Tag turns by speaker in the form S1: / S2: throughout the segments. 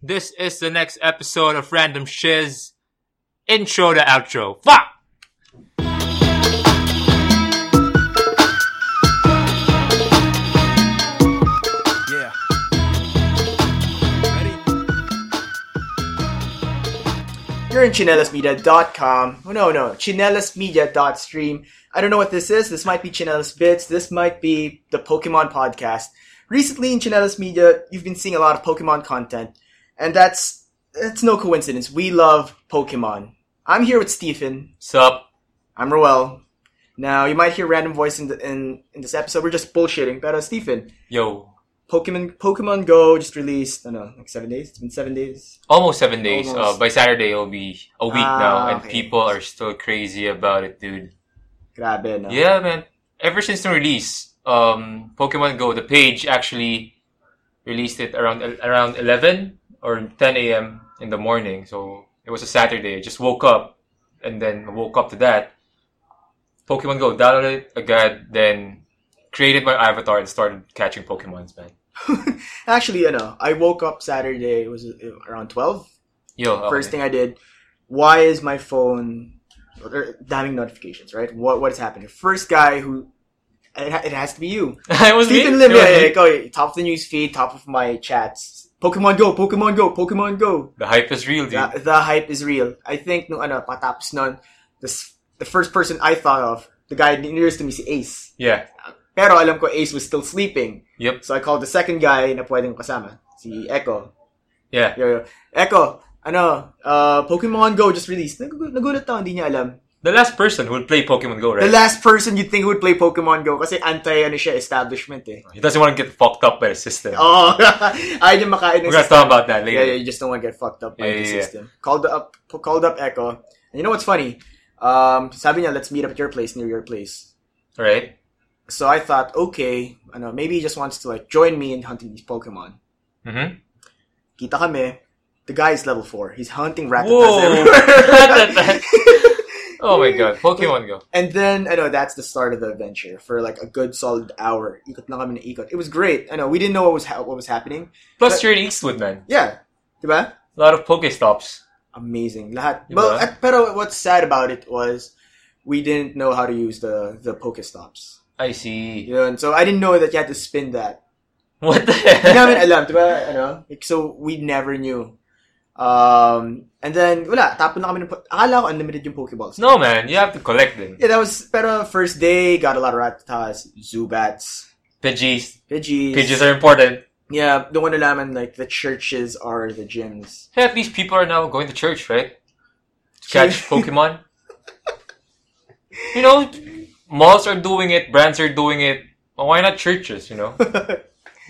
S1: This is the next episode of Random Shiz. Intro to outro. Fuck!
S2: Yeah. Ready?
S3: You're in chinelasmedia.com. Oh, No, no, chinelasmedia.stream. I don't know what this is. This might be Chinelas Bits. This might be the Pokemon podcast. Recently in Chinelas Media, you've been seeing a lot of Pokemon content. And that's, that's no coincidence. We love Pokemon. I'm here with Stephen.
S1: Sup?
S3: I'm Roel. Now, you might hear random voice in, the, in, in this episode. We're just bullshitting. But uh, Stephen,
S1: Yo.
S3: Pokemon, Pokemon Go just released, I don't know, like seven days? It's been seven days.
S1: Almost seven days.
S3: Almost.
S1: Uh, by Saturday, it'll be a week
S3: Ah,
S1: now, and
S3: okay.
S1: people are still crazy about it, dude.
S3: Grabe, no?
S1: Yeah, man. Ever since the release, um, Pokemon Go, the page actually released it around around 11 or 10 a.m. in the morning. So it was a Saturday. I just woke up and then woke up to that. Pokemon Go, downloaded it again, then created my avatar and started catching Pokemons, man.
S3: Actually, you know, I woke up Saturday, it was uh, around 12.
S1: Yo, Oh, okay.
S3: First thing I did, why is my phone there are damning notifications, right? What what is happening? First guy who it, ha- it has to be you.
S1: it was me.
S3: Stephen Lim,
S1: It was
S3: yeah,
S1: me.
S3: yeah, go, yeah, top of the news feed, top of my chats. Pokemon Go, Pokemon Go, Pokemon Go.
S1: The hype is real, dude.
S3: The, the hype is real. I think no ano patapos nun, the s- the first person I thought of, the guy nearest to me si Ace.
S1: yeah.
S3: Pero alam ko Ace was still sleeping.
S1: Yep.
S3: So I called the second guy na pwedeng kasama, si Echo.
S1: Yeah.
S3: Yo, yo. Echo, ano, uh, Pokemon Go just released. Nag- nagulat ako, hindi niya alam.
S1: The last person who would play Pokemon Go,
S3: The
S1: right?
S3: last person you'd think would play Pokemon Go kasi anti, ano siya, establishment eh.
S1: he doesn't want to get fucked up by the system.
S3: Oo. ayaw niya makain ng
S1: We're gonna talk
S3: system.
S1: about that later.
S3: Oh, Yeah, yeah, you just don't want to get fucked up by
S1: Yeah,
S3: the
S1: yeah, yeah.
S3: system. Called up, called up Echo. And you know what's funny? Um, sabi niya, let's meet up at your place, near your place.
S1: Right?
S3: So I thought, okay, ano, maybe he just wants to like join me in hunting these Pokemon.
S1: Mm-hmm.
S3: Kita kami, the guy is level 4. He's hunting Rattatas
S1: Whoa.
S3: everywhere.
S1: Oh my god, Pokemon Go.
S3: And then, I know, that's the start of the adventure for like a good solid hour. Ikot lang kami ng ikot. It was great. I know, we didn't know what was ha- what was happening.
S1: Plus, you're in Eastwood, man.
S3: Yeah. Diba?
S1: A lot of Pokestops.
S3: Amazing. Lahat.
S1: Diba?
S3: Well, at, pero what's sad about it was we didn't know how to use the, the Pokestops.
S1: I see.
S3: Yun. So I didn't know that you had to spin that.
S1: What the
S3: Hindi namin
S1: heck?
S3: alam, diba? Ano? Like, so we never knew. Um, and then, wala. Tapon na kami ng... po- Akala ko unlimited yung Pokeballs.
S1: No, man, you have to collect them.
S3: Yeah, that was... Pero first day, got a lot of Rattatas, Zubats,
S1: Pidgeys.
S3: Pidgeys.
S1: Pidgeys are important.
S3: Yeah, the one alaman like the churches are the gyms.
S1: Hey, at least people are now going to church, right? To catch Pokemon. You know, malls are doing it, brands are doing it. Well, why not churches, you know?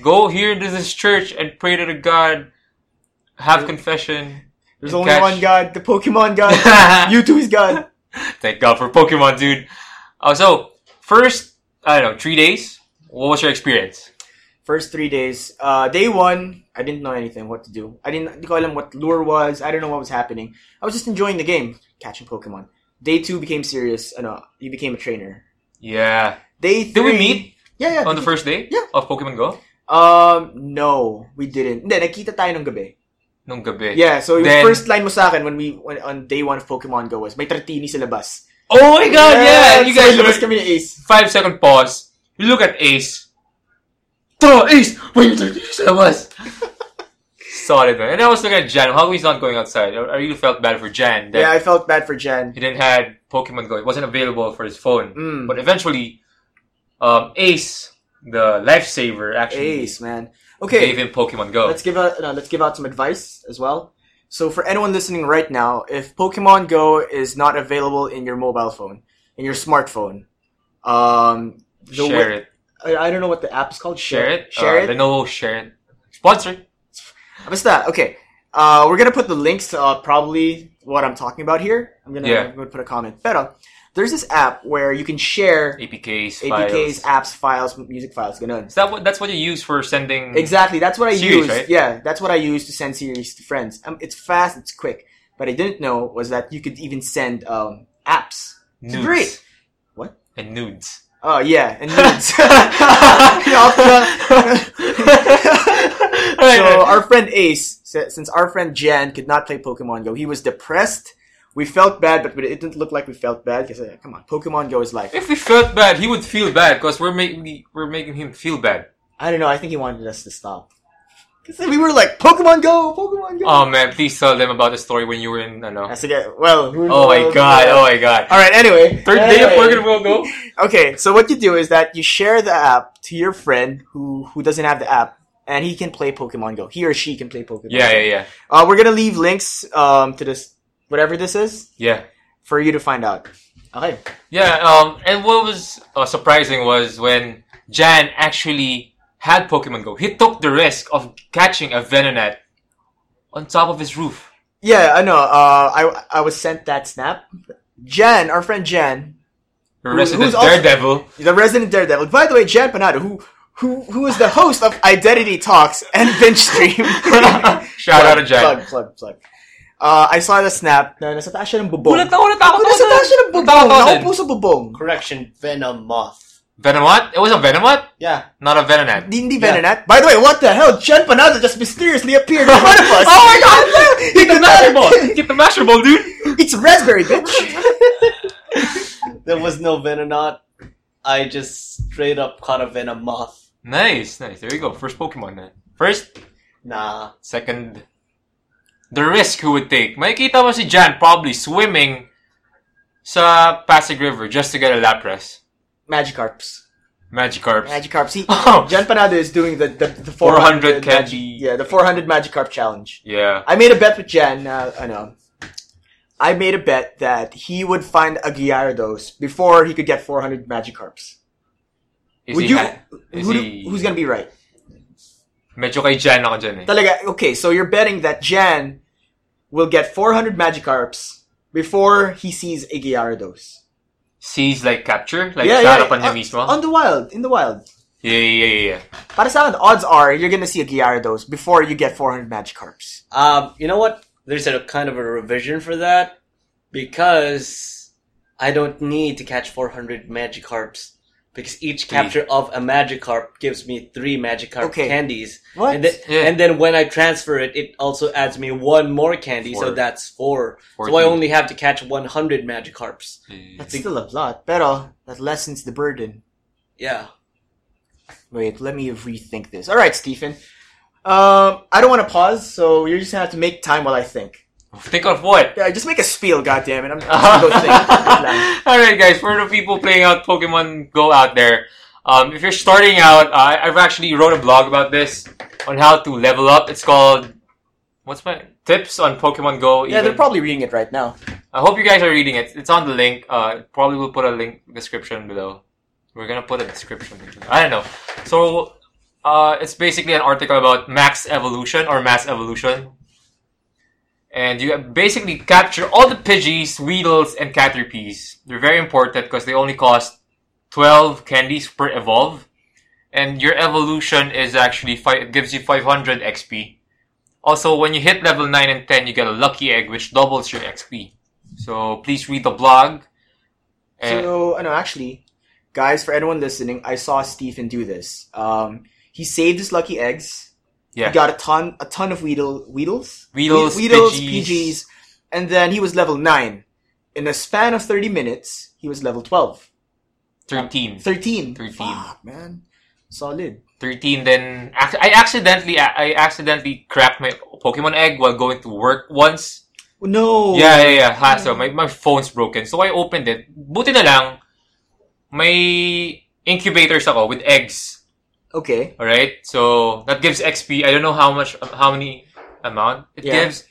S1: Go here to this church and pray to the God. Have confession.
S3: There's
S1: and
S3: only
S1: catch-
S3: one god, the Pokemon god. you two is god.
S1: Thank God for Pokemon, dude. Uh, so, first, I don't know, three days. What was your experience?
S3: First three days. Uh, day one, I didn't know anything what to do. I didn't hindi ko alam what lure was. I don't know what was happening. I was just enjoying the game, catching Pokemon. Day two became serious. Ano, you became a trainer.
S1: Yeah.
S3: Day
S1: Did we
S3: three,
S1: meet
S3: Yeah, yeah.
S1: on the first day
S3: Yeah.
S1: of Pokemon Go?
S3: Um, no, we didn't. Hindi, nakita tayo ng gabi.
S1: Nung gabi.
S3: Yeah, so yung
S1: Then-
S3: first line mo sa akin when we when, on day one of Pokemon Go was may Tratini sa labas.
S1: Oh my god, yeah! you
S3: so
S1: guys
S3: labas
S1: were
S3: kami ni Ace.
S1: five second pause. You look at Ace. Tara, Ace! Why you talking to us? Solid, man. And I was looking at Jan. How come he's not going outside? I I really felt bad for Jan that
S3: Yeah, I felt bad for Jen.
S1: he didn't had Pokemon Go. It wasn't available for his phone.
S3: Mm.
S1: But eventually, um, Ace, the lifesaver, actually
S3: Ace, man. Okay,
S1: gave him Pokemon Go.
S3: let's give out no, let's give out some advice as well. So for anyone listening right now, if Pokemon Go is not available in your mobile phone, in your smartphone, um, the
S1: share
S3: way-
S1: it.
S3: I, I don't know what the app's called.
S1: Share it.
S3: Share
S1: uh,
S3: it.
S1: Lenovo, share it. Sponsor.
S3: Basta, okay. Uh, we're gonna put the links to uh, probably what I'm talking about here. I'm gonna,
S1: Yeah.
S3: I'm gonna put a comment. Pero there's this app where you can share
S1: APKs,
S3: APKs,
S1: files.
S3: apps, files, music files, ganun.
S1: Is that what? That's what you use for sending.
S3: Exactly. That's what I
S1: Mm. Series,
S3: use.
S1: right?
S3: Yeah, that's what I use to send series to friends. Um, it's fast. It's quick. But I didn't know was that you could even send um, apps. It's
S1: nudes.
S3: great. What?
S1: And nudes.
S3: Oh yeah, and nudes. Yeah, off the-
S1: Right,
S3: so
S1: right.
S3: our friend Ace, sa- since our friend Jan could not play Pokemon Go, he was depressed. We felt bad, but we- it didn't look like we felt bad because, uh, come on, Pokemon Go is life.
S1: If we felt bad, he would feel bad because we're making we're making him feel bad.
S3: I don't know. I think he wanted us to stop because we were like, Pokemon Go, Pokemon Go.
S1: Oh man, please tell them about the story when you were in. I know.
S3: Ah, sige. Well, who
S1: Oh my
S3: knows?
S1: god! Oh my god!
S3: All right. Anyway,
S1: Third day of
S3: Anyway.
S1: Pokemon Go. Go.
S3: Okay, so what you do is that you share the app to your friend who who doesn't have the app, and he can play Pokemon Go. He or she can play Pokemon.
S1: Yeah,
S3: Go.
S1: yeah, yeah,
S3: Uh, we're gonna leave links um, to this whatever this is
S1: yeah.
S3: for you to find out. Okay.
S1: Yeah, um, and what was uh, surprising was when Jan actually had Pokemon Go. He took the risk of catching a Venonat on top of his roof.
S3: Yeah, I know. Uh, I I was sent that snap. Jen, our friend Jen,
S1: The
S3: Who-
S1: resident
S3: who's also-
S1: Daredevil.
S3: the resident Daredevil. By the way, Jen Panado, who who who is the host of Identity Talks and Binge Stream.
S1: Shout out to Jan.
S3: Plug plug plug. Uh, I saw the snap na nasa taas siya ng bubong.
S1: Ulit na ulit ako.
S3: Ulit sa taas siya ng bubong. Nakaupo sa bubong.
S2: Correction, Venom Moth.
S1: Venomat? It was a Venomat?
S2: Yeah.
S1: Not a Venonat.
S3: Di- Hindi
S2: Yeah.
S3: Venonat. By the way, what the hell? Jen Panado just mysteriously appeared in front of us.
S1: Oh my God!
S3: He
S1: Get the
S3: could
S1: Master Ball!
S3: not-
S1: Get the Master Ball, dude!
S3: It's raspberry, bitch.
S2: There was no Venonat. I just straight up caught a Venom Moth.
S1: Nice, nice. There you go. First Pokemon na. First,
S2: Nah.
S1: second, the risk who would take. Makikita mo si Jan probably swimming sa Pasig River just to get a Lapras.
S3: Magikarps.
S1: Magikarp.
S3: Magikarps. He,
S1: Oh.
S3: Jen Panado is doing the, the, the
S1: 400
S3: 400,
S1: catch.
S3: Magi- yeah, the 400 Magikarp challenge.
S1: yeah.
S3: I made a bet with Jen. Uh, I know. I made a bet that he would find a Gyarados before he could get 400 Magikarps.
S1: Is
S3: Would
S1: he
S3: you?
S1: ha- is
S3: who do-
S1: he-
S3: who's gonna be right?
S1: Medyo kay Jan ako dyan eh.
S3: Talaga, okay, so you're betting that Jan will get 400 Magikarps before he sees a Gyarados.
S1: Sees like capture? Like
S3: Yeah,
S1: sa
S3: yeah, Uh, um-
S1: harapan niya
S3: on-
S1: mismo?
S3: On the wild, in the wild.
S1: yeah, yeah, yeah, yeah.
S3: Para sa akin, odds are you're gonna see a Gyarados before you get 400 Magikarps.
S2: Um, you know what? There's a kind of a revision for that because I don't need to catch 400 Magikarps because each
S1: Three.
S2: capture of a Magikarp gives me three Magikarp
S3: Okay.
S2: candies.
S3: What?
S2: And then,
S1: Yeah.
S2: and then when I transfer it, it also adds me one more candy,
S1: Four.
S2: so that's four. So I
S1: Fourteen.
S2: only have to catch 100 Magikarps.
S3: That's still a lot, pero that lessens the burden.
S2: Yeah.
S3: Wait, let me rethink this. All right, Stephen. Um, I don't want to pause, so you're just gonna have to make time while I think.
S1: Think of what?
S3: Yeah, just make a spiel, goddammit. I'm I'm gonna go think.
S1: Alright guys, for the people playing out Pokemon Go out there, um, if you're starting out, I I've actually wrote a blog about this on how to level up. It's called, what's my, tips on Pokemon Go.
S3: Yeah,
S1: even.
S3: they're probably reading it right now.
S1: I hope you guys are reading it. It's on the link. Uh, probably we'll put a link description below. We're gonna put a description. I don't know. So, uh, it's basically an article about max evolution or mass evolution, and you basically capture all the Pidgeys, Weedles, and Caterpies. They're very important because they only cost twelve candies per evolve, and your evolution is actually five. It gives you five hundred XP. Also, when you hit level nine and ten, you get a lucky egg, which doubles your XP. So please read the blog. eh, And
S3: So, I know, actually, guys, for anyone listening, I saw Stephen do this. Um, he saved his lucky eggs.
S1: Yeah.
S3: He got a ton, a ton of Weedle, Weedles?
S1: Weedles,
S3: Weedles,
S1: Pidgeys.
S3: PGs. And then he was level 9. In a span of 30 minutes, he was level 12.
S1: 13.
S3: 13.
S1: 13.
S3: Fuck, man. Solid.
S1: 13 then ac- I accidentally I accidentally cracked my Pokemon egg while going to work once.
S3: No.
S1: Yeah, yeah, yeah. Ha, so my, my phone's broken. So I opened it. Buti na lang may incubators ako with eggs.
S3: Okay.
S1: All right? So that gives XP. I don't know how much how many amount it
S3: Yeah.
S1: gives,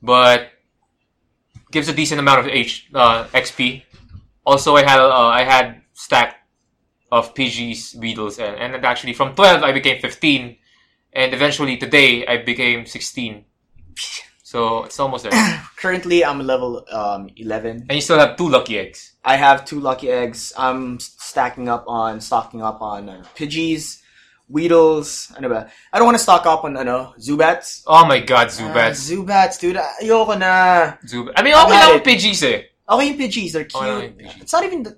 S1: but gives a decent amount of H uh, XP. Also, I had uh, I had stack of PGs, Weedles, and, and actually from twelve I became fifteen, and eventually today I became sixteen. So it's almost there, and
S3: Currently, I'm level um, 11.
S1: you still have two lucky eggs.
S3: I have two lucky eggs. I'm s- stacking up on stocking up on uh, Pidgeys, Weedles. Ano ba? I don't want to stock up on ano Zubats.
S1: Oh my God,
S3: Ah,
S1: Zubats,
S3: Zubats, dude. Ayoko na.
S1: Zubat. I mean, okay
S3: I'm
S1: lang
S3: at
S1: ang Pidgeys eh.
S3: Okay yung Pidgeys. They're cute.
S1: Okay lang yung Pidgeys.
S3: It's not even the...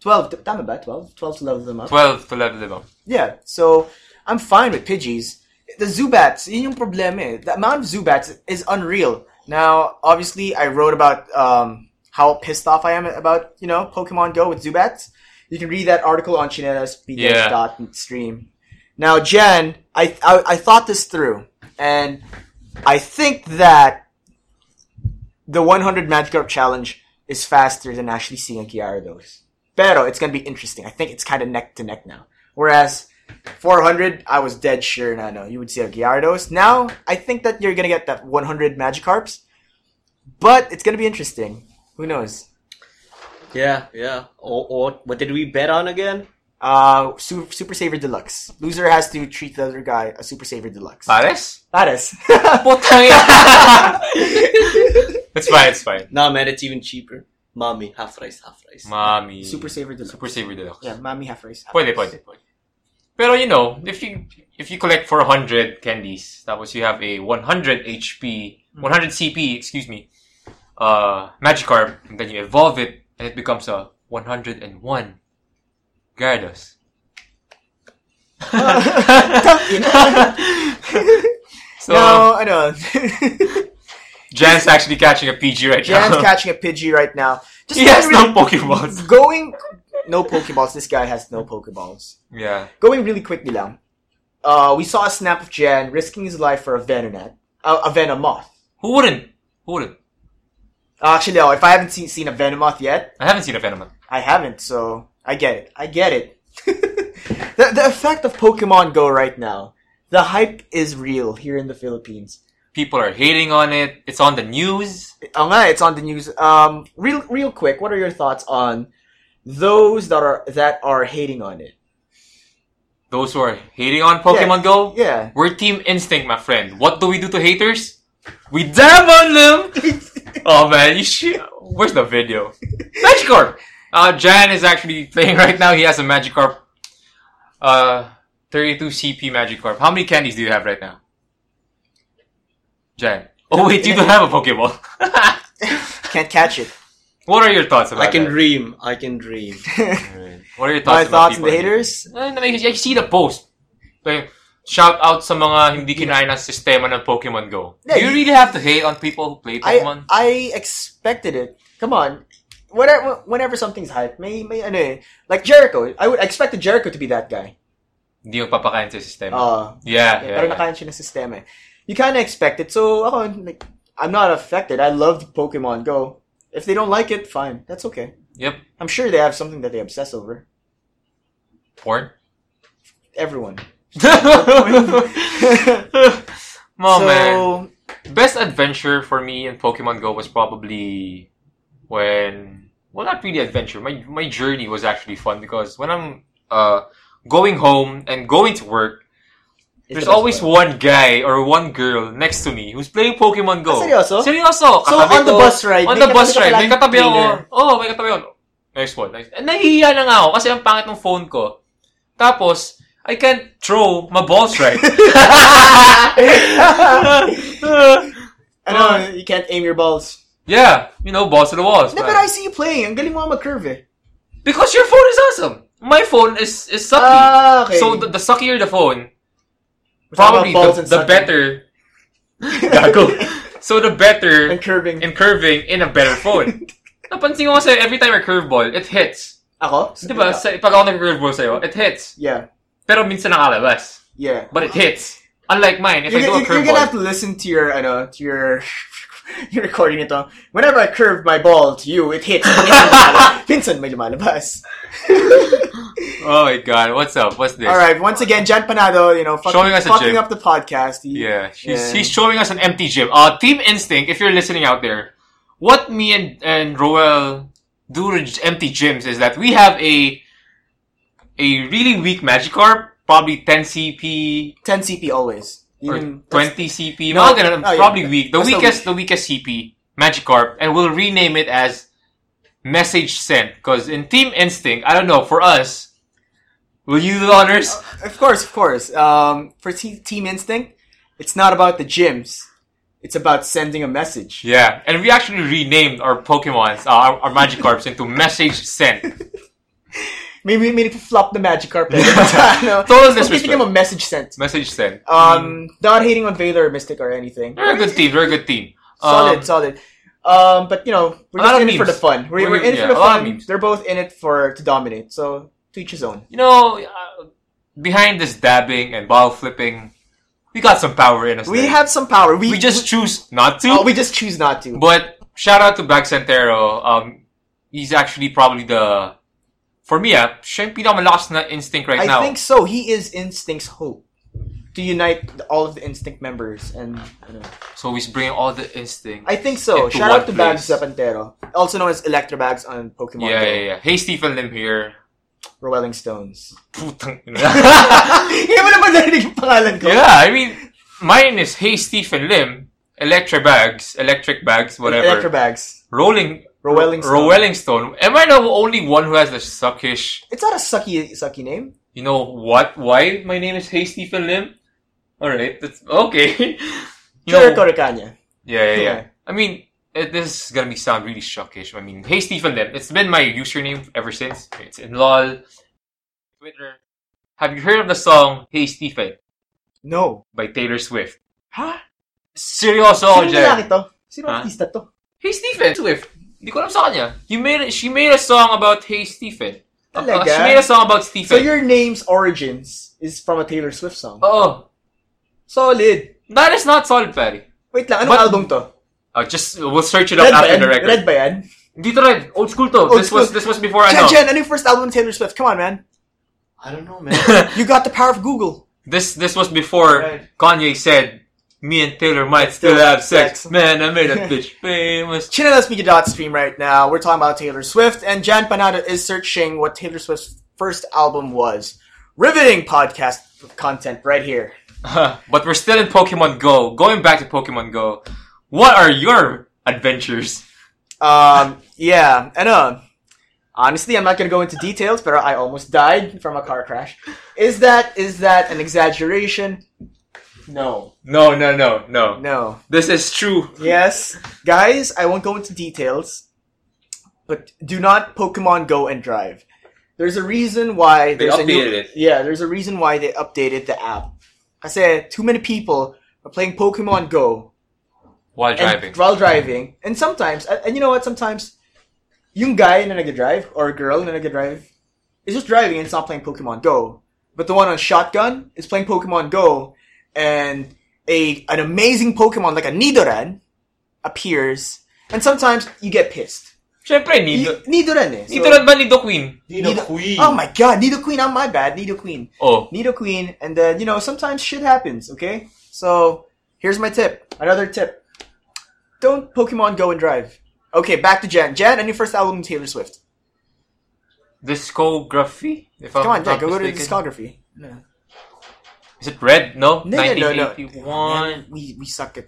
S3: 12. T- Tama ba? 12? 12 to level them up.
S1: Twelve to level them up.
S3: Yeah. So, I'm fine with Pidgeys. the Zubats, yun yung problema eh. The amount of Zubats is unreal. Now, obviously, I wrote about um, how pissed off I am about, you know, Pokemon Go with Zubats. You can read that article on
S1: Yeah.
S3: stream. Now, Jen, I, I, I thought this through, and I think that the 100 Magikarp challenge is faster than actually seeing a Gyarados. Pero it's going to be interesting. I think it's kind of neck to neck now. Whereas 400, I was dead sure, no, no, you would see a Gyarados. Now, I think that you're going to get that 100 Magikarps, but it's going to be interesting. Who knows?
S2: Yeah, yeah. Or, or what did we bet on again?
S3: Uh, Super, Super Saver Deluxe. Loser has to treat the other guy a Super Saver Deluxe.
S1: Pares?
S3: That is.
S1: Putang It's fine, it's fine.
S2: Nah, man, it's even cheaper. Mommy, half rice, half rice.
S1: Mami.
S3: Super Saver Deluxe.
S1: Super Saver Deluxe.
S3: yeah, Mami half race. half
S1: Pwede,
S3: race.
S1: pwede, pwede. Pero you know, if you if you collect 400 candies, tapos you have a 100 HP,
S3: Hmm.
S1: 100 CP, excuse me, uh, Magikarp, and then you evolve it, and it becomes a 101 Gyarados. so,
S3: no, I know.
S1: Jan's actually catching a PG right
S3: Jan's
S1: now.
S3: catching a Pidgey right now. Just
S1: he has
S3: really-
S1: no Pokeballs.
S3: Going no Pokeballs. This guy has no Pokeballs.
S1: Yeah.
S3: Going really quickly lang. Uh, we saw a snap of Jan risking his life for a Venonet, uh, a Venomoth.
S1: Who wouldn't? Who wouldn't?
S3: Actually, no. If I haven't seen seen a Venomoth yet,
S1: I haven't seen a Venomoth.
S3: I haven't. So I get it. I get it. the the effect of Pokemon Go right now. The hype is real here in the Philippines.
S1: People are hating on it. It's on the news.
S3: Oh nga, it's on the news. Um, real, real quick, what are your thoughts on those that are that are hating on it?
S1: Those who are hating on Pokemon Go,
S3: Yeah,
S1: We're Team Instinct, my friend. What do we do to haters? We dab on them! oh man, you sh- Where's the video? Magikarp! Uh, Jan is actually playing right now. He has a Magikarp. Uh, 32 CP Magikarp. How many candies do you have right now? Jan. Oh wait, you don't have a Pokeball.
S3: can't catch it.
S1: what are your thoughts about
S2: I can
S1: that?
S2: dream. I can dream.
S1: What are your
S3: My
S1: thoughts about
S3: thoughts on
S1: people
S3: the
S1: hating?
S3: haters.
S1: Ay, I see the post. Like, shout out sa mga hindi kinain ng sistema ng Pokemon Go.
S3: Yeah,
S1: Do you
S3: you-
S1: really have to hate on people who play
S3: I
S1: Pokemon?
S3: I expected it. Come on, whenever whenever something's hype, may may ano eh. Like Jericho, I would I expected Jericho to be that guy.
S1: Hindi magpapakain sa sistema.
S3: Uh,
S1: yeah,
S3: yeah,
S1: yeah.
S3: pero
S1: yeah.
S3: nakain siya ng sistema. eh. You kind of expect it, so ako, like, I'm not affected. I loved Pokemon Go. If they don't like it, fine, that's okay.
S1: Yep.
S3: I'm sure they have something that they obsess over.
S1: Porn.
S3: Everyone.
S1: oh
S3: so,
S1: man. Best adventure for me in Pokemon Go was probably when well not really adventure. My my journey was actually fun because when I'm uh going home and going to work There's
S3: it's the
S1: always
S3: best one.
S1: one guy or one girl next to me who's playing Pokemon Go.
S3: Ah, seryoso?
S1: Seryoso.
S3: So,
S1: Katabi
S3: on the
S1: ko-
S3: bus ride,
S1: On
S3: may
S1: the
S3: katabi
S1: bus
S3: ka
S1: ride. May
S3: palaging
S1: katabi ako.
S3: trainer.
S1: Oo, oh, may katabi ako. Next one. Next. And nahihiya na nga ako kasi ang pangit ng phone ko. Tapos, I can't throw my balls right.
S3: I know, you can't aim your balls.
S1: yeah. You know, balls to the walls.
S3: No, but I see you playing. Ang galing mo mag-curve eh.
S1: Because your phone is awesome. My phone is, is sucky.
S3: Ah, okay.
S1: So, the, the suckier the phone,
S3: We're
S1: probably
S3: talking about balls
S1: the, the
S3: and sucking.
S1: better. Gago. So, the better.
S3: And curving.
S1: and curving in a better phone. Napansin ko kasi every time I curveball, it hits.
S3: Ako?
S1: Di ba? Sa, pag ako nag-curveball sa'yo, it hits.
S3: Yeah,
S1: Pero minsan nakalabas.
S3: yeah.
S1: But it hits. Unlike mine, if I
S3: You're,
S1: do a
S3: gonna- you're, you're gonna
S1: curveball.
S3: have to listen to your, I know, to your, your recording nito. Whenever I curve my ball to you, it hits. Vincent, may lumalabas.
S1: Oh my god, what's up? What's this?
S3: Alright, once again, Jan Panado, you know, fucking,
S1: Showing us a
S3: fucking
S1: gym.
S3: up the podcast. He-
S1: Yeah, he's,
S3: Yeah.
S1: he's showing us an empty gym. Uh, Team Instinct, if you're listening out there, what me and, and Roel do to g- empty gyms is that we have a a really weak Magikarp, probably 10 CP
S3: 10 CP always.
S1: or
S3: Even-
S1: 20 CP.
S3: No.
S1: Mga ganun,
S3: Oh, yeah.
S1: probably weak. The
S3: Basta
S1: weakest, the weakest CP, Magikarp, and we'll rename it as Message Sent. Because in Team Instinct, I don't know, for us, will you do the honors?
S3: Of course, of course. Um, for te- Team Instinct, it's not about the gyms. It's about sending a message.
S1: Yeah, and we actually renamed our Pokemons, uh, our, our Magikarps, into Message Sent.
S3: Maybe maybe flop the Magikarp.
S1: Total
S3: no. Let's
S1: disrespect. Mm.
S3: give him a message sent.
S1: Message sent.
S3: Um, not hating on Vader or Mystic or anything.
S1: They're a good team. They're a good team.
S3: Solid,
S1: Um,
S3: solid. Um, but you know,
S1: A
S3: we're
S1: lot of
S3: just in it for the
S1: memes.
S3: fun. We're,
S1: We're-
S3: we're in it
S1: yeah,
S3: for
S1: a
S3: the
S1: lot of
S3: fun.
S1: memes.
S3: They're both in it for to dominate. So to each his own.
S1: you know, uh, behind this dabbing and ball flipping, we got some power in us.
S3: We
S1: there.
S3: have some power. We,
S1: We just choose not to.
S3: we, oh, we just choose not to.
S1: But shout out to Bag Santero. Um, he's actually probably the, for me, ah, siya yung pinakamalakas na instinct right
S3: I
S1: now.
S3: think so. He is Instinct's hope to unite the- all of the Instinct members, and you know.
S1: So he's bringing all the instinct.
S3: I think so.
S1: Into
S3: Shout
S1: one
S3: out to Bags
S1: place.
S3: Zapantero, also known as Electrobags on Pokemon
S1: yeah,
S3: Go.
S1: yeah, yeah. Hey, Stephen Lim here.
S3: Rolling Stones.
S1: Putang
S3: Hindi mo naman narinig yung pangalan ko.
S1: yeah, I mean, mine is Hey, Stephen Lim. Electric bags, electric bags, whatever.
S3: Electrobags.
S1: Rolling,
S3: Rolling Stone.
S1: Rolling Stone. Am I the only one who has the suckish
S3: It's not a sucky sucky name.
S1: You know what? Why my name is Hey Stephen Lim? All right, that's okay. you
S3: Sure,
S1: know,
S3: Toricania.
S1: yeah, yeah, yeah.
S3: Okay.
S1: I mean, it, this is gonna be sound really shockish. I mean, Hey Stephen Lim. It's been my username ever since. It's in lol, Twitter. Have you heard of the song Hey Stephen
S3: No.
S1: by Taylor Swift?
S3: Ha?
S1: Seryoso ako
S3: Sino
S1: dyan.
S3: lalaki to? Sino
S1: Huh?
S3: artista to?
S1: Hey Stephen Swift. Hindi ko alam sa kanya. You made she made a song about Hey Stephen. Uh, uh,
S3: Talaga?
S1: she made a song about Stephen.
S3: So your name's origins is from a Taylor Swift song.
S1: oh,
S3: Solid.
S1: that is not solid, Patty.
S3: Wait lang, anong
S1: But-
S3: album to?
S1: Uh, just we'll search it up
S3: Red ba
S1: after
S3: yan?
S1: the record.
S3: Red ba yan?
S1: Dito red, old school to.
S3: Old
S1: this was
S3: school.
S1: this was before I
S3: Jen,
S1: know.
S3: Jen, ano yung first album of Taylor Swift? Come on, man.
S2: I don't know, man.
S3: You got the power of Google.
S1: this this was before
S2: Right.
S1: Kanye said, "Me and Taylor might still have sex." Man, I made that bitch famous.
S3: Chinelas Media dot stream right now. We're talking about Taylor Swift, and Jan Panada is searching what Taylor Swift's first album was. Riveting podcast content right here.
S1: but we're still in Pokemon Go. Going back to Pokemon Go, what are your adventures?
S3: Um, yeah, and uh, honestly, I'm not gonna go into details, but I almost died from a car crash. Is that is that an exaggeration? No,
S1: No, no, no, no.
S3: no.
S1: This is true.
S3: Yes, guys, I won't go into details, but do not Pokemon Go and Drive. There's a reason why
S1: They
S3: there's a new-
S1: updated it.
S3: Yeah, there's a reason why they updated the app. I said too many people are playing Pokemon Go
S1: While
S3: and
S1: driving.
S3: while driving. And sometimes, and and you know what? Sometimes, yung guy na nag-drive or girl na nag-drive is just driving and it's not playing Pokemon Go. But the one on shotgun is playing Pokemon Go, and a an amazing Pokemon like a Nidoran appears. And sometimes you get pissed.
S1: Siyempre,
S3: Nido-
S1: Nido.
S3: Nidoran eh. So-
S1: Nidoran ba Nido Queen?
S3: Nido- Oh my god, Nido Queen. I'm my bad. Nido Queen.
S1: Oh.
S3: Nido Queen, and then you know sometimes shit happens. Okay, so here's my tip. Another tip: don't Pokemon Go and drive. Okay, back to Jan. Jan, any first album of Taylor Swift?
S1: Discography? If
S3: Come on, Jan,
S1: not
S3: go, go to the
S1: mistaken.
S3: discography. No,
S1: Is it red? No?
S3: no, no, no.
S1: 1981.
S3: Man, we we suck at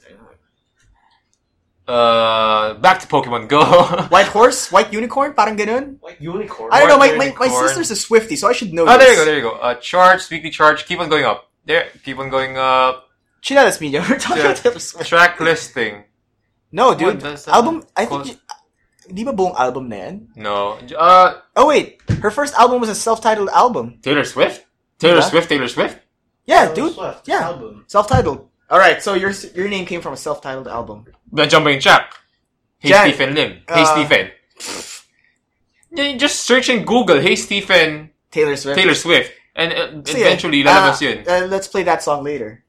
S1: Uh, back to Pokemon Go.
S3: White horse, white unicorn, parang ganun.
S2: Like unicorn.
S3: I don't know. My,
S1: White
S3: my, my
S1: unicorn.
S3: sister's a Swifty, so I should know.
S1: Oh, there you
S3: this.
S1: go, there you go. Uh, charts, weekly charge, keep on going up. There, keep on going up.
S3: Chinelas media. We're talking
S1: Yeah.
S3: about Taylor Swift.
S1: Track listing.
S3: No,
S1: What
S3: dude.
S1: does that
S3: Album. I
S1: call-
S3: think. you- Di ba buong album na yan?
S1: No. Uh,
S3: Oh wait, her first album was a self-titled album.
S1: Taylor Swift? Taylor
S3: Yeah.
S1: Swift, Taylor Swift?
S3: Yeah, dude. Yeah.
S2: Album.
S3: Self-titled. All right, so your your name came from a self-titled album.
S1: The Jumping Jack. Hey
S3: Jack,
S1: Stephen Lim. Hey
S3: uh,
S1: Stephen. Yeah, you just search in Google, Hey Stephen,
S3: Taylor Swift.
S1: Taylor Swift. And uh,
S3: So, yeah,
S1: eventually,
S3: uh,
S1: lalabas yun.
S3: uh, let's play that song later.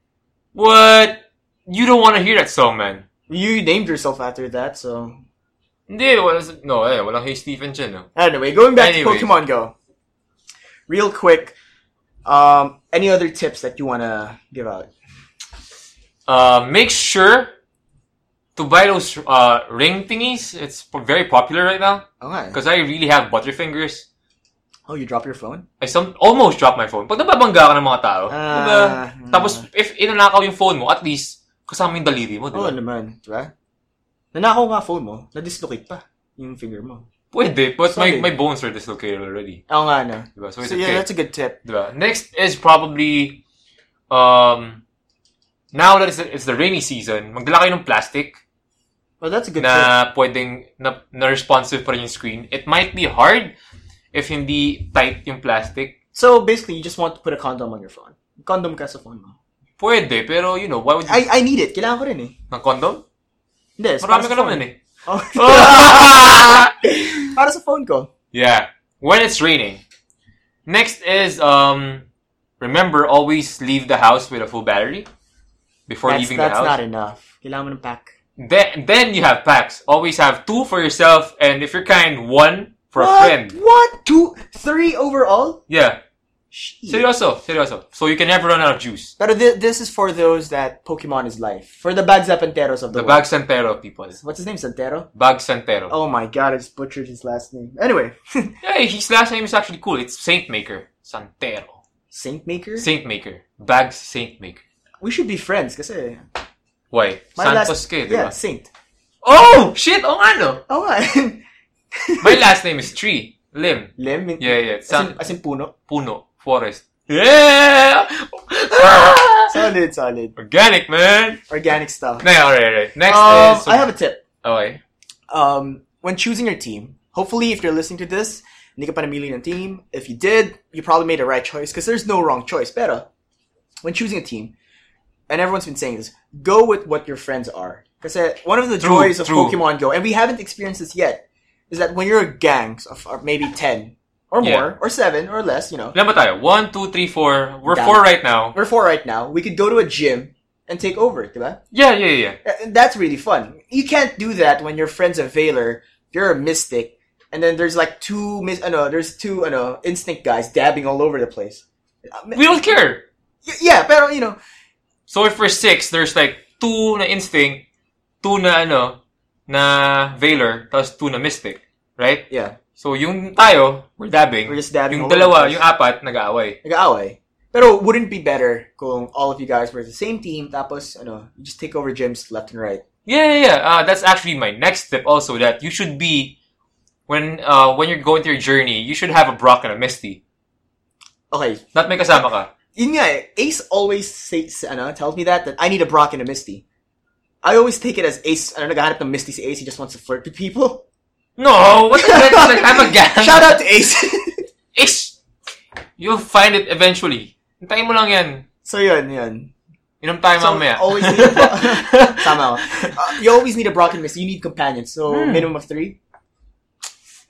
S1: What? You don't want to hear that song, man.
S3: You named yourself after that, so
S1: Hindi, wala, sa- no, eh, walang Hey Stephen dyan, no.
S3: anyway, going back
S1: Anyway.
S3: to Pokemon Go. Real quick, um, any other tips that you wanna give out?
S1: Uh, make sure to buy those uh, ring thingies. It's p- very popular right now
S3: Okay.
S1: because I really have butterfingers.
S3: Oh, you drop your phone?
S1: I some almost dropped my phone. Pag nababangga ka ng mga tao,
S3: Ah,
S1: diba?
S3: mm.
S1: Tapos, if inanakaw yung phone mo, at least, kasama yung daliri mo,
S3: Oo
S1: diba?
S3: naman, di ba? Nanakaw nga phone mo, na-dislocate pa yung finger mo.
S1: Pwede, but
S3: Solid.
S1: my, my bones are dislocated already.
S3: Oo nga, no.
S1: Diba? So, it's
S3: So, yeah,
S1: okay.
S3: that's a good tip.
S1: diba? Next is probably, um, now that it's the, it's the rainy season, magdala kayo ng plastic.
S3: Well, that's a good tip.
S1: na pwedeng na, na responsive pa rin yung screen. It might be hard if hindi tight yung plastic,
S3: So basically, you just want to put a condom on your phone. Condom ka sa phone mo.
S1: pwede. Pero, you know, why would you...
S3: I, I need it. Kailangan ko rin eh.
S1: ng condom?
S3: Hindi, it's
S1: Marami
S3: para sa
S1: ka naman
S3: phone.
S1: eh.
S3: Oh. para sa phone ko.
S1: Yeah. When it's raining. Next is um remember always leave the house with a full battery before
S3: that's
S1: leaving
S3: that's
S1: the
S3: not
S1: house.
S3: enough. Kailangan mo ng pack.
S1: Then then you have packs. Always have two for yourself and if you're kind, one for
S3: what?
S1: a friend.
S3: What? Two? Three overall?
S1: Yeah.
S3: Shit.
S1: Seryoso, seryoso. So you can never run out of juice.
S3: Pero thi- this is for those that Pokemon is life. For the bad Zapanteros of
S1: The
S3: the,
S1: bag
S3: world.
S1: santero people.
S3: What's his name? Santero?
S1: Bag santero.
S3: Oh my god, I just butchered his last name. Anyway,
S1: Hey, his last name is actually cool. It's Saint Maker. Santero.
S3: Saint Maker?
S1: Saint Maker. Bags Saint Maker.
S3: we should be friends kasi
S1: Why?
S3: my
S1: Santos
S3: last...
S1: ka, eh, di ba?
S3: yeah, Saint.
S1: Oh! Shit! Oh, ano?
S3: Oh, nga.
S1: My last name is Tree. Lim.
S3: Lim? in-
S1: Yeah, yeah.
S3: As in,
S1: San
S3: as in puno.
S1: Puno Forest. Yeah!
S3: Solid, solid.
S1: Organic, man.
S3: Organic stuff.
S1: Nah, alright, alright. Next
S3: Um,
S1: is
S3: I have a tip.
S1: okay.
S3: um, when choosing your team, hopefully if you're listening to this, hindi ka pa namili ng team. If you did, you probably made a right choice because there's no wrong choice. Pero, when choosing a team, and everyone's been saying this, go with what your friends are. Because one of the
S1: True,
S3: joys of
S1: true.
S3: Pokemon Go, and we haven't experienced this yet, is that when you're a gang of of maybe 10 or
S1: Yeah.
S3: more, or 7 or less, you know,
S1: Ilan ba tayo? One, two, three, four. We're
S3: Dami.
S1: four right now.
S3: we're 4 right now, we could go to a gym and take over, diba?
S1: Yeah, yeah, yeah.
S3: And Uh, that's really fun. You can't do that when your friend's a Veiler, you're a Mystic, and then there's like two mis- ano, there's two ano, Instinct guys dabbing all over the place. Um,
S1: We don't care.
S3: Y- yeah, pero you know,
S1: So if we're six, there's like two na instinct, two na ano, na Valor, tapos two na Mystic. Right?
S3: yeah,
S1: So yung tayo, we're dabbing.
S3: we're just dabbing
S1: yung
S3: all
S1: dalawa,
S3: over the
S1: yung
S3: place.
S1: apat, nag-aaway.
S3: Nag-aaway. Pero wouldn't be better kung all of you guys were the same team, tapos ano, you just take over gyms left and right.
S1: Yeah, yeah, yeah. Uh, that's actually my next tip also that you should be when uh, when you're going through your journey, you should have a Brock and a Misty.
S3: Okay,
S1: Not may kasama ka.
S3: yun nga eh, Ace always says, ano, tells me that, that I need a Brock and a Misty. I always take it as Ace, ano, naghahanap ng Misty si Ace, he just wants to flirt with people.
S1: No, what the heck? Like, I'm a gang.
S3: Shout out to Ace.
S1: Ish! You'll find it eventually. Hintayin mo lang yan.
S3: so yun, yun.
S1: Inom tayo
S3: So,
S1: mamaya.
S3: always need a Brock. Tama. Uh, you always need a Brock and Misty. You need companions. So
S1: Hmm.
S3: minimum of three.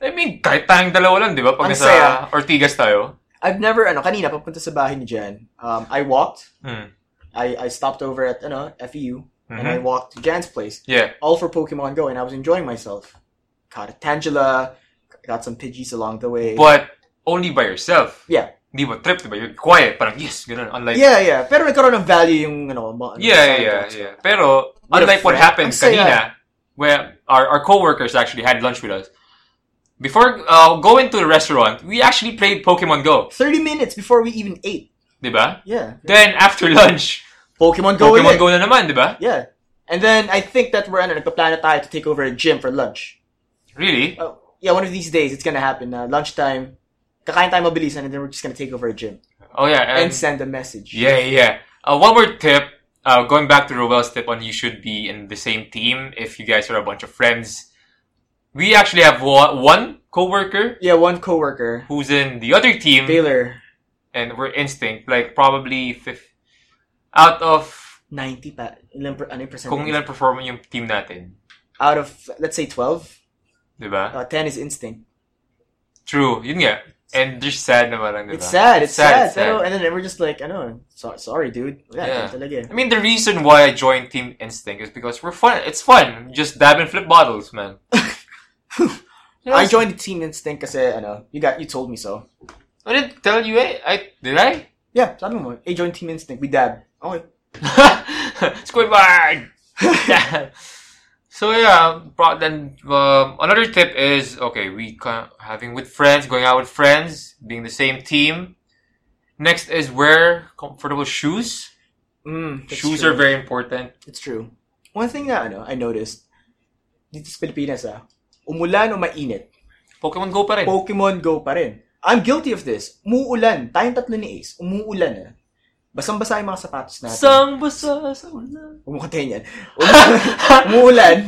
S1: I mean, kahit tayong dalawa lang, di ba? Pag
S3: Ang saya.
S1: nasa Ortigas tayo.
S3: I've never ano kanina papunta sa bahay ni Jan. Um, I walked.
S1: Hmm.
S3: I, I stopped over at ano FEU and I
S1: Mhm.
S3: walked to Jan's place.
S1: Yeah.
S3: All for Pokemon Go, and I was enjoying myself. Caught a Tangela. Got some Pidgeys along the way.
S1: But only by yourself.
S3: Yeah.
S1: Di ba trip, di ba? You're quiet. Parang, yes, ganun. Unlike,
S3: yeah, yeah. Pero nagkaroon ng value yung ano. Mga, ano,
S1: Yeah, yeah,
S3: side
S1: yeah,
S3: dogs.
S1: yeah. Pero,
S3: uh, What a
S1: unlike what
S3: friend.
S1: happened
S3: Ang saya.
S1: kanina, where our, our co-workers actually had lunch with us, before uh, going to the restaurant, we actually played Pokemon Go,
S3: Thirty minutes before we even ate.
S1: di ba?
S3: Yeah.
S1: Then, after lunch,
S3: Pokemon Go.
S1: Pokemon
S3: ulit.
S1: Go na naman, di ba?
S3: Yeah. And then I think that we're ano, nagpaplano tayo to take over a gym for lunch.
S1: Really?
S3: Oh, yeah, one of these days it's gonna happen. Uh, lunchtime, kakain tayo mabilisan and then we're just gonna take over a gym
S1: Oh, yeah.
S3: and
S1: And,
S3: send a message.
S1: yeah, yeah. Uh, one more tip, uh, going back to Roel's tip on you should be in the same team if you guys are a bunch of friends. We actually have wa- one co-worker
S3: Yeah, one coworker,
S1: who's in the other team.
S3: Baylor,
S1: and we're instinct, like probably fifth out of
S3: 90 pa, ilan, per- ano yung percentage?
S1: kung ilan perform yung team natin.
S3: Out of, let's say 12,
S1: Diba?
S3: uh, 10 is instinct.
S1: True. Yun nga. And just sad naman lang, diba?
S3: It's sad, it's sad.
S1: Sad,
S3: pero-
S1: sad.
S3: and then we're just like, ano, so, sorry dude. Yeah,
S1: Yeah.
S3: ganun talaga
S1: I
S3: eh.
S1: mean, the reason why I joined Team Instinct is because we're fun. It's fun. Just dab and flip bottles, man.
S3: I joined the team instinct kasi, ano, you got, you told me so.
S1: I didn't tell you, eh? I, did I?
S3: Yeah, sabi mo, hey, join team instinct, we dab. Okay.
S1: Squidward! so yeah, brought then um, another tip is okay. We ca- having with friends, going out with friends, being the same team. Next is wear comfortable shoes.
S3: Mm, that's
S1: shoes
S3: true.
S1: are very important.
S3: It's true. One thing na ano, I noticed, dito sa Pilipinas ah, umulan o mainit,
S1: Pokemon Go pa rin.
S3: Pokemon Go pa rin. I'm guilty of this. Umuulan. Tayong tatlo ni Ace. Umuulan na. Basang-basa yung mga sapatos natin.
S1: Sang basa sa ulan.
S3: Umuulan yan. Umu- umuulan.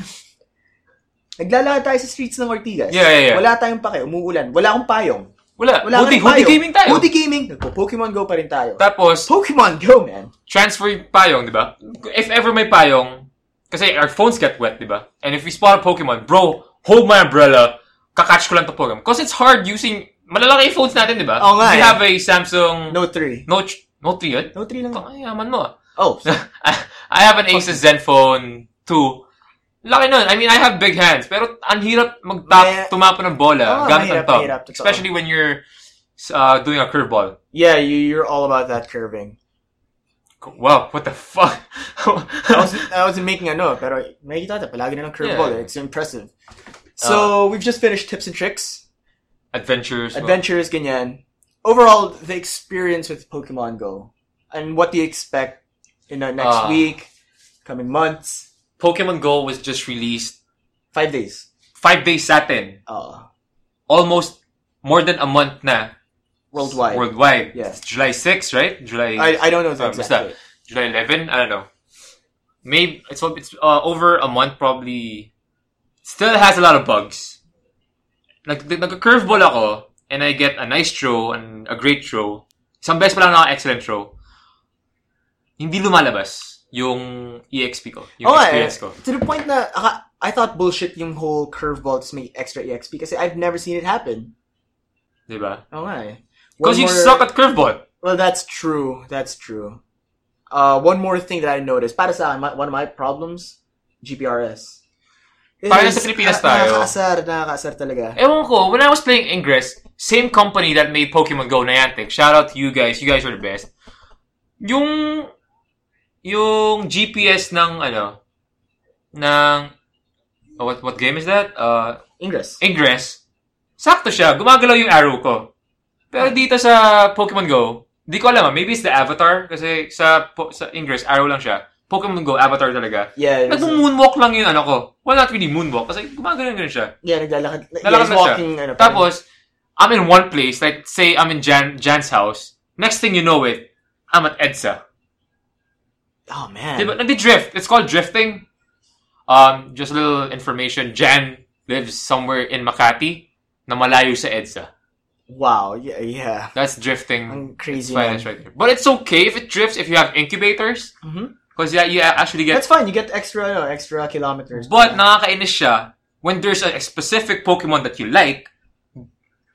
S3: Naglalakad tayo sa streets ng Ortigas.
S1: Yeah, yeah, yeah.
S3: Wala tayong pake. Umuulan. Wala akong payong.
S1: Wala.
S3: Wala
S1: Hoodie,
S3: pa
S1: hoodie
S3: rin
S1: gaming tayo.
S3: Hoodie gaming. Nagpo-Pokemon Go pa rin tayo.
S1: Tapos,
S3: Pokemon Go, man.
S1: transfer yung payong, di ba? If ever may payong, kasi our phones get wet, di ba? And if we spot a Pokemon, bro, hold my umbrella, kakatch ko lang to Pokemon. Because it's hard using, malalaki yung phones natin, di ba?
S3: Oo nga,
S1: We
S3: eh.
S1: have a Samsung
S3: No 3.
S1: Note, Note 3 yun?
S3: No 3 lang.
S1: Ay, yaman mo ah.
S3: Oh,
S1: I have an Asus Zenfone 2. Laki nun. I mean, I have big hands. Pero ang hirap
S3: May-
S1: mag-tap, tumapo ng bola.
S3: Oo,
S1: gamit
S3: mahirap,
S1: ang thumb.
S3: mahirap. Totoo.
S1: Especially when you're uh, doing a curveball.
S3: yeah, you, you're all about that curving.
S1: Wow, what the fuck?
S3: I wasn't, I wasn't making a note, uh, pero nakikita natin, palagi na ng curveball.
S1: Yeah. Uh,
S3: eh. It's impressive. So, we've just finished tips and tricks.
S1: Adventures.
S3: adventures, ganyan. Overall, the experience with Pokemon Go and what do you expect in the next
S1: Ah.
S3: week, coming months,
S1: Pokemon Go was just released
S3: five days.
S1: five days satin.
S3: Uh,
S1: Almost more than a month na.
S3: worldwide.
S1: Worldwide.
S3: Yes.
S1: July 6, right? July
S3: I, I don't know the
S1: Uh,
S3: exact
S1: basta.
S3: date.
S1: July 11? I don't know. Maybe it's it's uh, over a month probably. Still has a lot of bugs. Nag nag curveball ako and I get a nice throw and a great throw. Isang beses pa lang na excellent throw. Hindi lumalabas yung EXP ko, yung
S3: Oo nga eh.
S1: experience ko.
S3: To the point na, aka- I thought bullshit yung whole curveball to make extra E EXP kasi I've never seen it happen.
S1: 'Di ba?
S3: Oh my.
S1: Because you suck at curveball.
S3: Well, that's true. That's true. Uh, one more thing that I noticed. Para sa akin, my- one of my problems, GPRS. It
S1: Parang
S3: is-
S1: sa Pilipinas
S3: na-
S1: tayo.
S3: Nakakaasar, nakakaasar talaga.
S1: Ewan ko, when I was playing Ingress, same company that made Pokemon Go, Niantic, shout out to you guys, you guys are the best. Yung, yung GPS ng, ano, ng, oh, what, what game is that? Uh,
S3: Ingress.
S1: Ingress, sakto siya, gumagalaw yung arrow ko. Pero dito sa Pokemon Go, di ko alam, ah, maybe it's the avatar, kasi sa, po- sa Ingress, arrow lang siya. Pokemon Go, avatar talaga.
S3: Yeah, it was a-
S1: Nag-moonwalk lang yun, ano ko. Well, not really moonwalk, kasi gumagalaw-galaw siya.
S3: yeah, naglalakad. Yeah,
S1: Lalakad
S3: he's
S1: na siya.
S3: walking, ano, parang-
S1: Tapos, I'm in one place, like, say, I'm in Jan, Jan's house. Next thing you know it, I'm at EDSA.
S3: oh man.
S1: Diba? Nagdi-drift. It's called drifting. Um, just a little information. Jan lives somewhere in Makati na malayo sa EDSA.
S3: Wow, yeah, yeah.
S1: That's drifting.
S3: Ang crazy.
S1: Finance
S3: man.
S1: right there. But Hmm. it's okay if it drifts if you have incubators.
S3: Mhm.
S1: Because yeah, you actually get...
S3: That's fine. You get extra, ano, extra kilometers.
S1: But nakakainis siya when there's a specific Pokemon that you like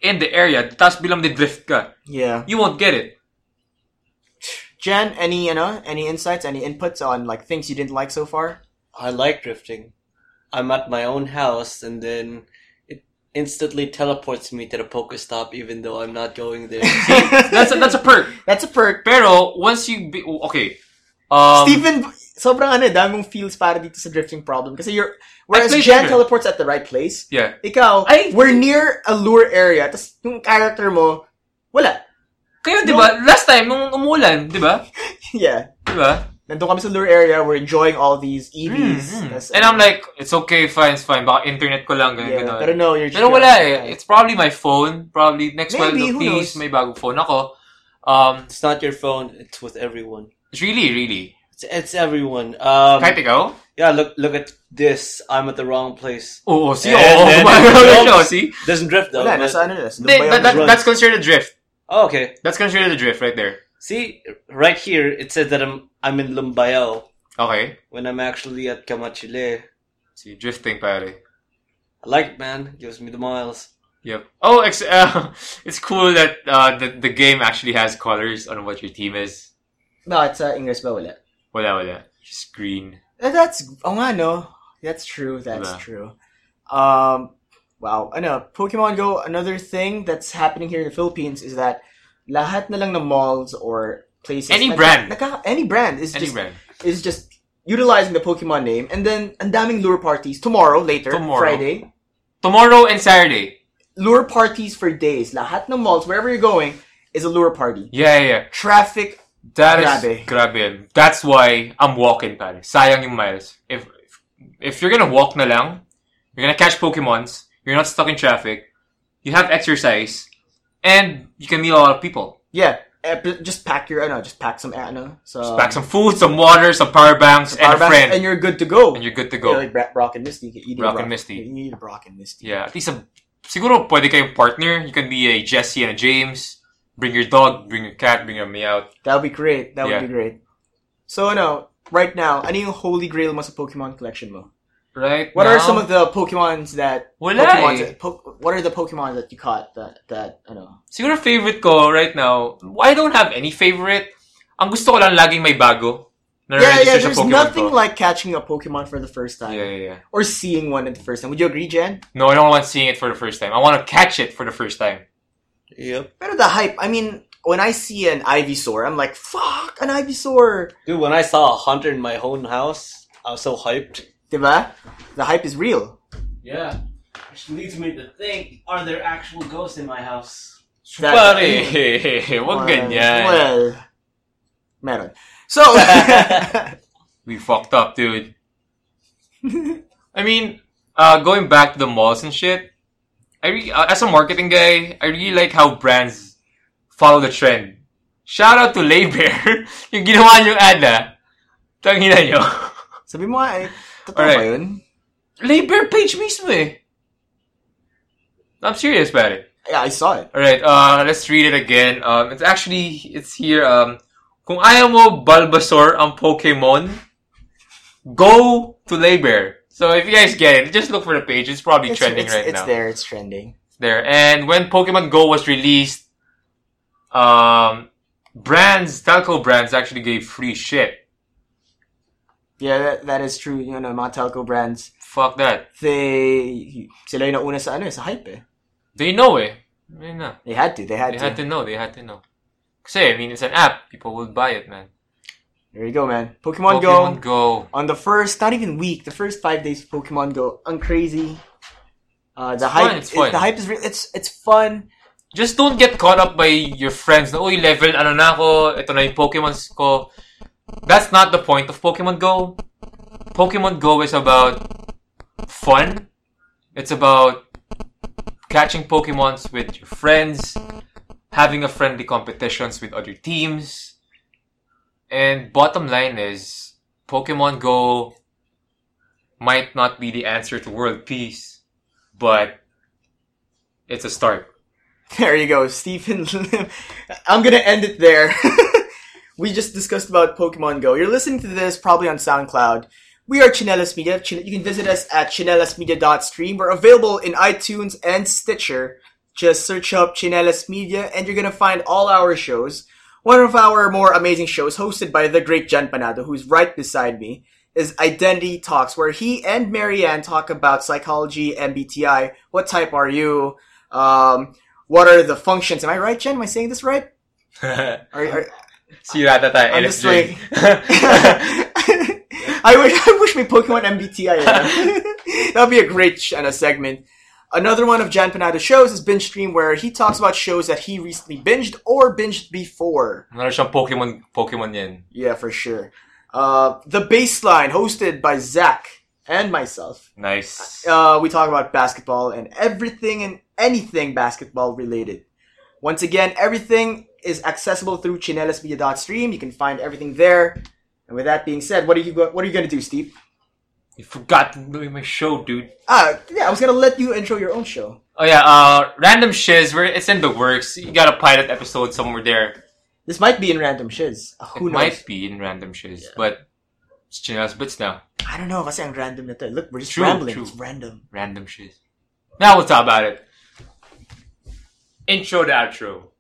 S1: in the area, tapos bilang drift ka.
S3: yeah.
S1: You won't get it.
S3: Jen, any, you know, any insights, any inputs on like things you didn't like so far?
S2: I like drifting. I'm at my own house, and then it instantly teleports me to the Pokestop, even though I'm not going there.
S1: That's a, that's a perk.
S3: That's a perk.
S1: Pero once you be, oh, okay, um,
S3: Stephen, sobrang ano, dami mong feels para dito sa drifting problem. Kasi you're, whereas
S1: play
S3: Jen
S1: Jen.
S3: teleports at the right place,
S1: yeah,
S3: ikaw,
S1: Ay!
S3: we're near a lure area, tapos yung character mo, wala.
S1: kayo di ba last time nung umulan, di ba,
S3: yeah.
S1: di ba?
S3: Nandun kami sa lure area, we're enjoying all these
S1: Mm,
S3: EVs.
S1: mm.
S3: Tas-
S1: And I'm like, it's okay, fine, it's fine. Baka internet ko lang, ganun,
S3: yeah,
S1: ganun.
S3: pero no, you're just
S1: Pero wala eh. It's probably my phone. Probably next one,
S3: Maybe, who knows?
S1: please, may bagong phone ako. Um,
S2: it's not your phone; it's with everyone.
S1: it's really, really.
S2: It's, it's everyone. Um,
S1: Kahit ikaw?
S2: yeah, look look at this. I'm at the wrong place.
S1: Oo, see,
S2: And
S1: oo.
S2: then-
S1: Gumagalaw siya, see?
S2: Doesn't drift though.
S3: wala,
S2: but-
S3: nasa ano na, sa
S1: Hindi,
S3: Dubai
S1: eh, that, that,
S3: ako.
S2: Run.
S1: that's considered a drift.
S2: oh, okay.
S1: That's considered a drift right there.
S2: See, right here it says that I'm I'm in Lumbayo
S1: Okay.
S2: when I'm actually at Camachile.
S1: See, drifting, pare.
S2: I like it, man. Gives me the miles.
S1: Yep. Oh, ex- uh, it's cool that uh, the, the game actually has colors on what your team is.
S3: No, it's uh, English ba wala?
S1: Wala, wala. Just green.
S3: Eh, That's, oh nga no, that's true, that's
S1: Wala.
S3: true. Um, wow, ano, Pokemon Go, another thing that's happening here in the Philippines is that lahat na lang ng malls or places.
S1: Any
S3: nagka-
S1: brand.
S3: nagka- any brand is
S1: Any
S3: just,
S1: brand.
S3: is just utilizing the Pokemon name and then ang daming lure parties tomorrow, later,
S1: Tomorrow.
S3: Friday.
S1: Tomorrow and Saturday.
S3: Lure parties for days. Lahat ng malls, wherever you're going, is a lure party.
S1: Yeah, yeah, yeah.
S3: Traffic
S1: That is
S3: Grabe.
S1: grabe. yan. That's why I'm walking, pare. Sayang yung miles. If, if if you're gonna walk na lang, you're gonna catch Pokemons. You're not stuck in traffic. You have exercise, and you can meet a lot of people.
S3: Yeah, eh, p- just pack your, ano, just pack some, eh, ano, so
S1: Pack some food, some water, some power banks, and a friend,
S3: and you're good to go.
S1: and you're good to
S3: You
S1: go.
S3: know, like Bra- Brock and Misty, you need a
S1: Brock and Misty.
S3: You need a Brock and Misty.
S1: Yeah, at least a siguro pwede kayong partner. You can be a Jesse and a James. Bring your dog, bring your cat, bring your meow.
S3: That would be great. That
S1: Yeah.
S3: would be great. So, ano, right now, ano yung holy grail mo sa Pokemon collection mo?
S1: Right
S3: What
S1: now,
S3: are some of the Pokemons that...
S1: Wala
S3: Pokemons
S1: eh.
S3: that- po- what are the Pokemon that you caught that, that ano?
S1: Siguro favorite ko right now, I don't have any favorite. Ang gusto ko lang laging may bago. Na
S3: Yeah, yeah,
S1: register sa
S3: there's
S1: Pokemon
S3: nothing
S1: ko.
S3: like catching a Pokemon for the first time.
S1: Yeah, yeah, yeah.
S3: Or seeing one at the first time. Would you agree, Jen?
S1: No, I don't want seeing it for the first time. I want to catch it for the first time.
S2: Yep.
S3: Pero the hype, I mean, when I see an Ivysaur, I'm like, fuck, an Ivysaur!
S2: Dude, when I saw a hunter in my own house, I was so hyped.
S3: Diba? The hype is real.
S2: Yeah. Which leads me to think, are there actual ghosts in my house?
S3: That-
S1: Pare, wag ganyan.
S3: Well, meron. So,
S1: We fucked up, dude. I mean, uh, going back to the malls and shit, I re- uh, as a marketing guy, I really like how brands follow the trend. Shout out to Laybear. yung ginawa niyong ad na. Tangina niyo.
S3: sabi mo nga eh, totoo
S1: Alright.
S3: ba yun?
S1: Laybear page mismo eh. I'm serious about it.
S3: Yeah, I saw it.
S1: All right, uh, let's read it again. Um, it's actually it's here. Um, kung ayaw mo Bulbasaur ang Pokemon, go to Laybear. So if you guys get it, just look for the page. It's probably
S3: It's,
S1: trending
S3: it's,
S1: right
S3: it's
S1: now.
S3: there, it's trending.
S1: It's there. And when Pokemon Go was released, um, brands, telco brands actually gave free shit.
S3: Yeah, that, that is true. You know, mga telco brands,
S1: Fuck that.
S3: they, sila yung nauna sa ano eh, sa hype eh.
S1: They know eh. They know.
S3: They had to, they had
S1: They
S3: to.
S1: had to know. They had to know. Kasi, I mean, it's an app. People will buy it, man.
S3: There you go, man. Pokemon,
S1: Pokemon
S3: Go.
S1: Go.
S3: On the first, not even week, the first five days of Pokemon Go, ang crazy. Uh, the
S1: It's
S3: hype,
S1: fun, it's fun.
S3: the hype is real. It's it's fun.
S1: just don't get caught up by your friends na, uy, level ano na ako, ito na yung Pokemons ko. That's not the point of Pokemon Go. Pokemon Go is about fun. It's about catching Pokemons with your friends, having a friendly competitions with other teams. And bottom line is, Pokemon Go might not be the answer to world peace, but it's a start.
S3: There you go, Stephen. Lim. I'm gonna end it there. we just discussed about Pokemon Go. You're listening to this probably on SoundCloud. We are Chinelas Media. Chin- You can visit us at chinelasmedia.stream. We're available in iTunes and Stitcher. Just search up Chinelas Media and you're gonna find all our shows. One of our more amazing shows, hosted by the great Jan Panado, who's right beside me, is Identity Talks, where he and Marianne talk about psychology, MBTI, what type are you, um, what are the functions. Am I right, Jen? Am I saying this right? Are, are,
S1: Si Ratata,
S3: I'm just
S1: LFJ.
S3: I wish I wish we Pokemon MBTI. That would be a great sh- and a segment. Another one of Jan Panada's shows is Binge Stream, where he talks about shows that he recently binged or binged before.
S1: Meron siyang Pokemon, Pokemon yan.
S3: Yeah, for sure. Uh, the Baseline, hosted by Zach and myself.
S1: Nice.
S3: Uh, we talk about basketball and everything and anything basketball related. Once again, everything is accessible through chinelasmedia.stream. You can find everything there. And with that being said, what are you go- what are you going to do, Steve?
S1: You forgot to do my show, dude.
S3: Ah, yeah, I was going to let you intro your own show.
S1: Oh yeah, uh, Random Shiz, we're, it's in the works. You got a pilot episode somewhere there.
S3: This might be in random shiz. Uh, Who
S1: it
S3: knows?
S1: might be in Random Shiz, but it's Chinelas Bits now.
S3: I don't know. Kasi ang random na to. Look, we're just
S1: True,
S3: rambling.
S1: true.
S3: It's random.
S1: Random Shiz. Now we'll talk about it. Intro to outro.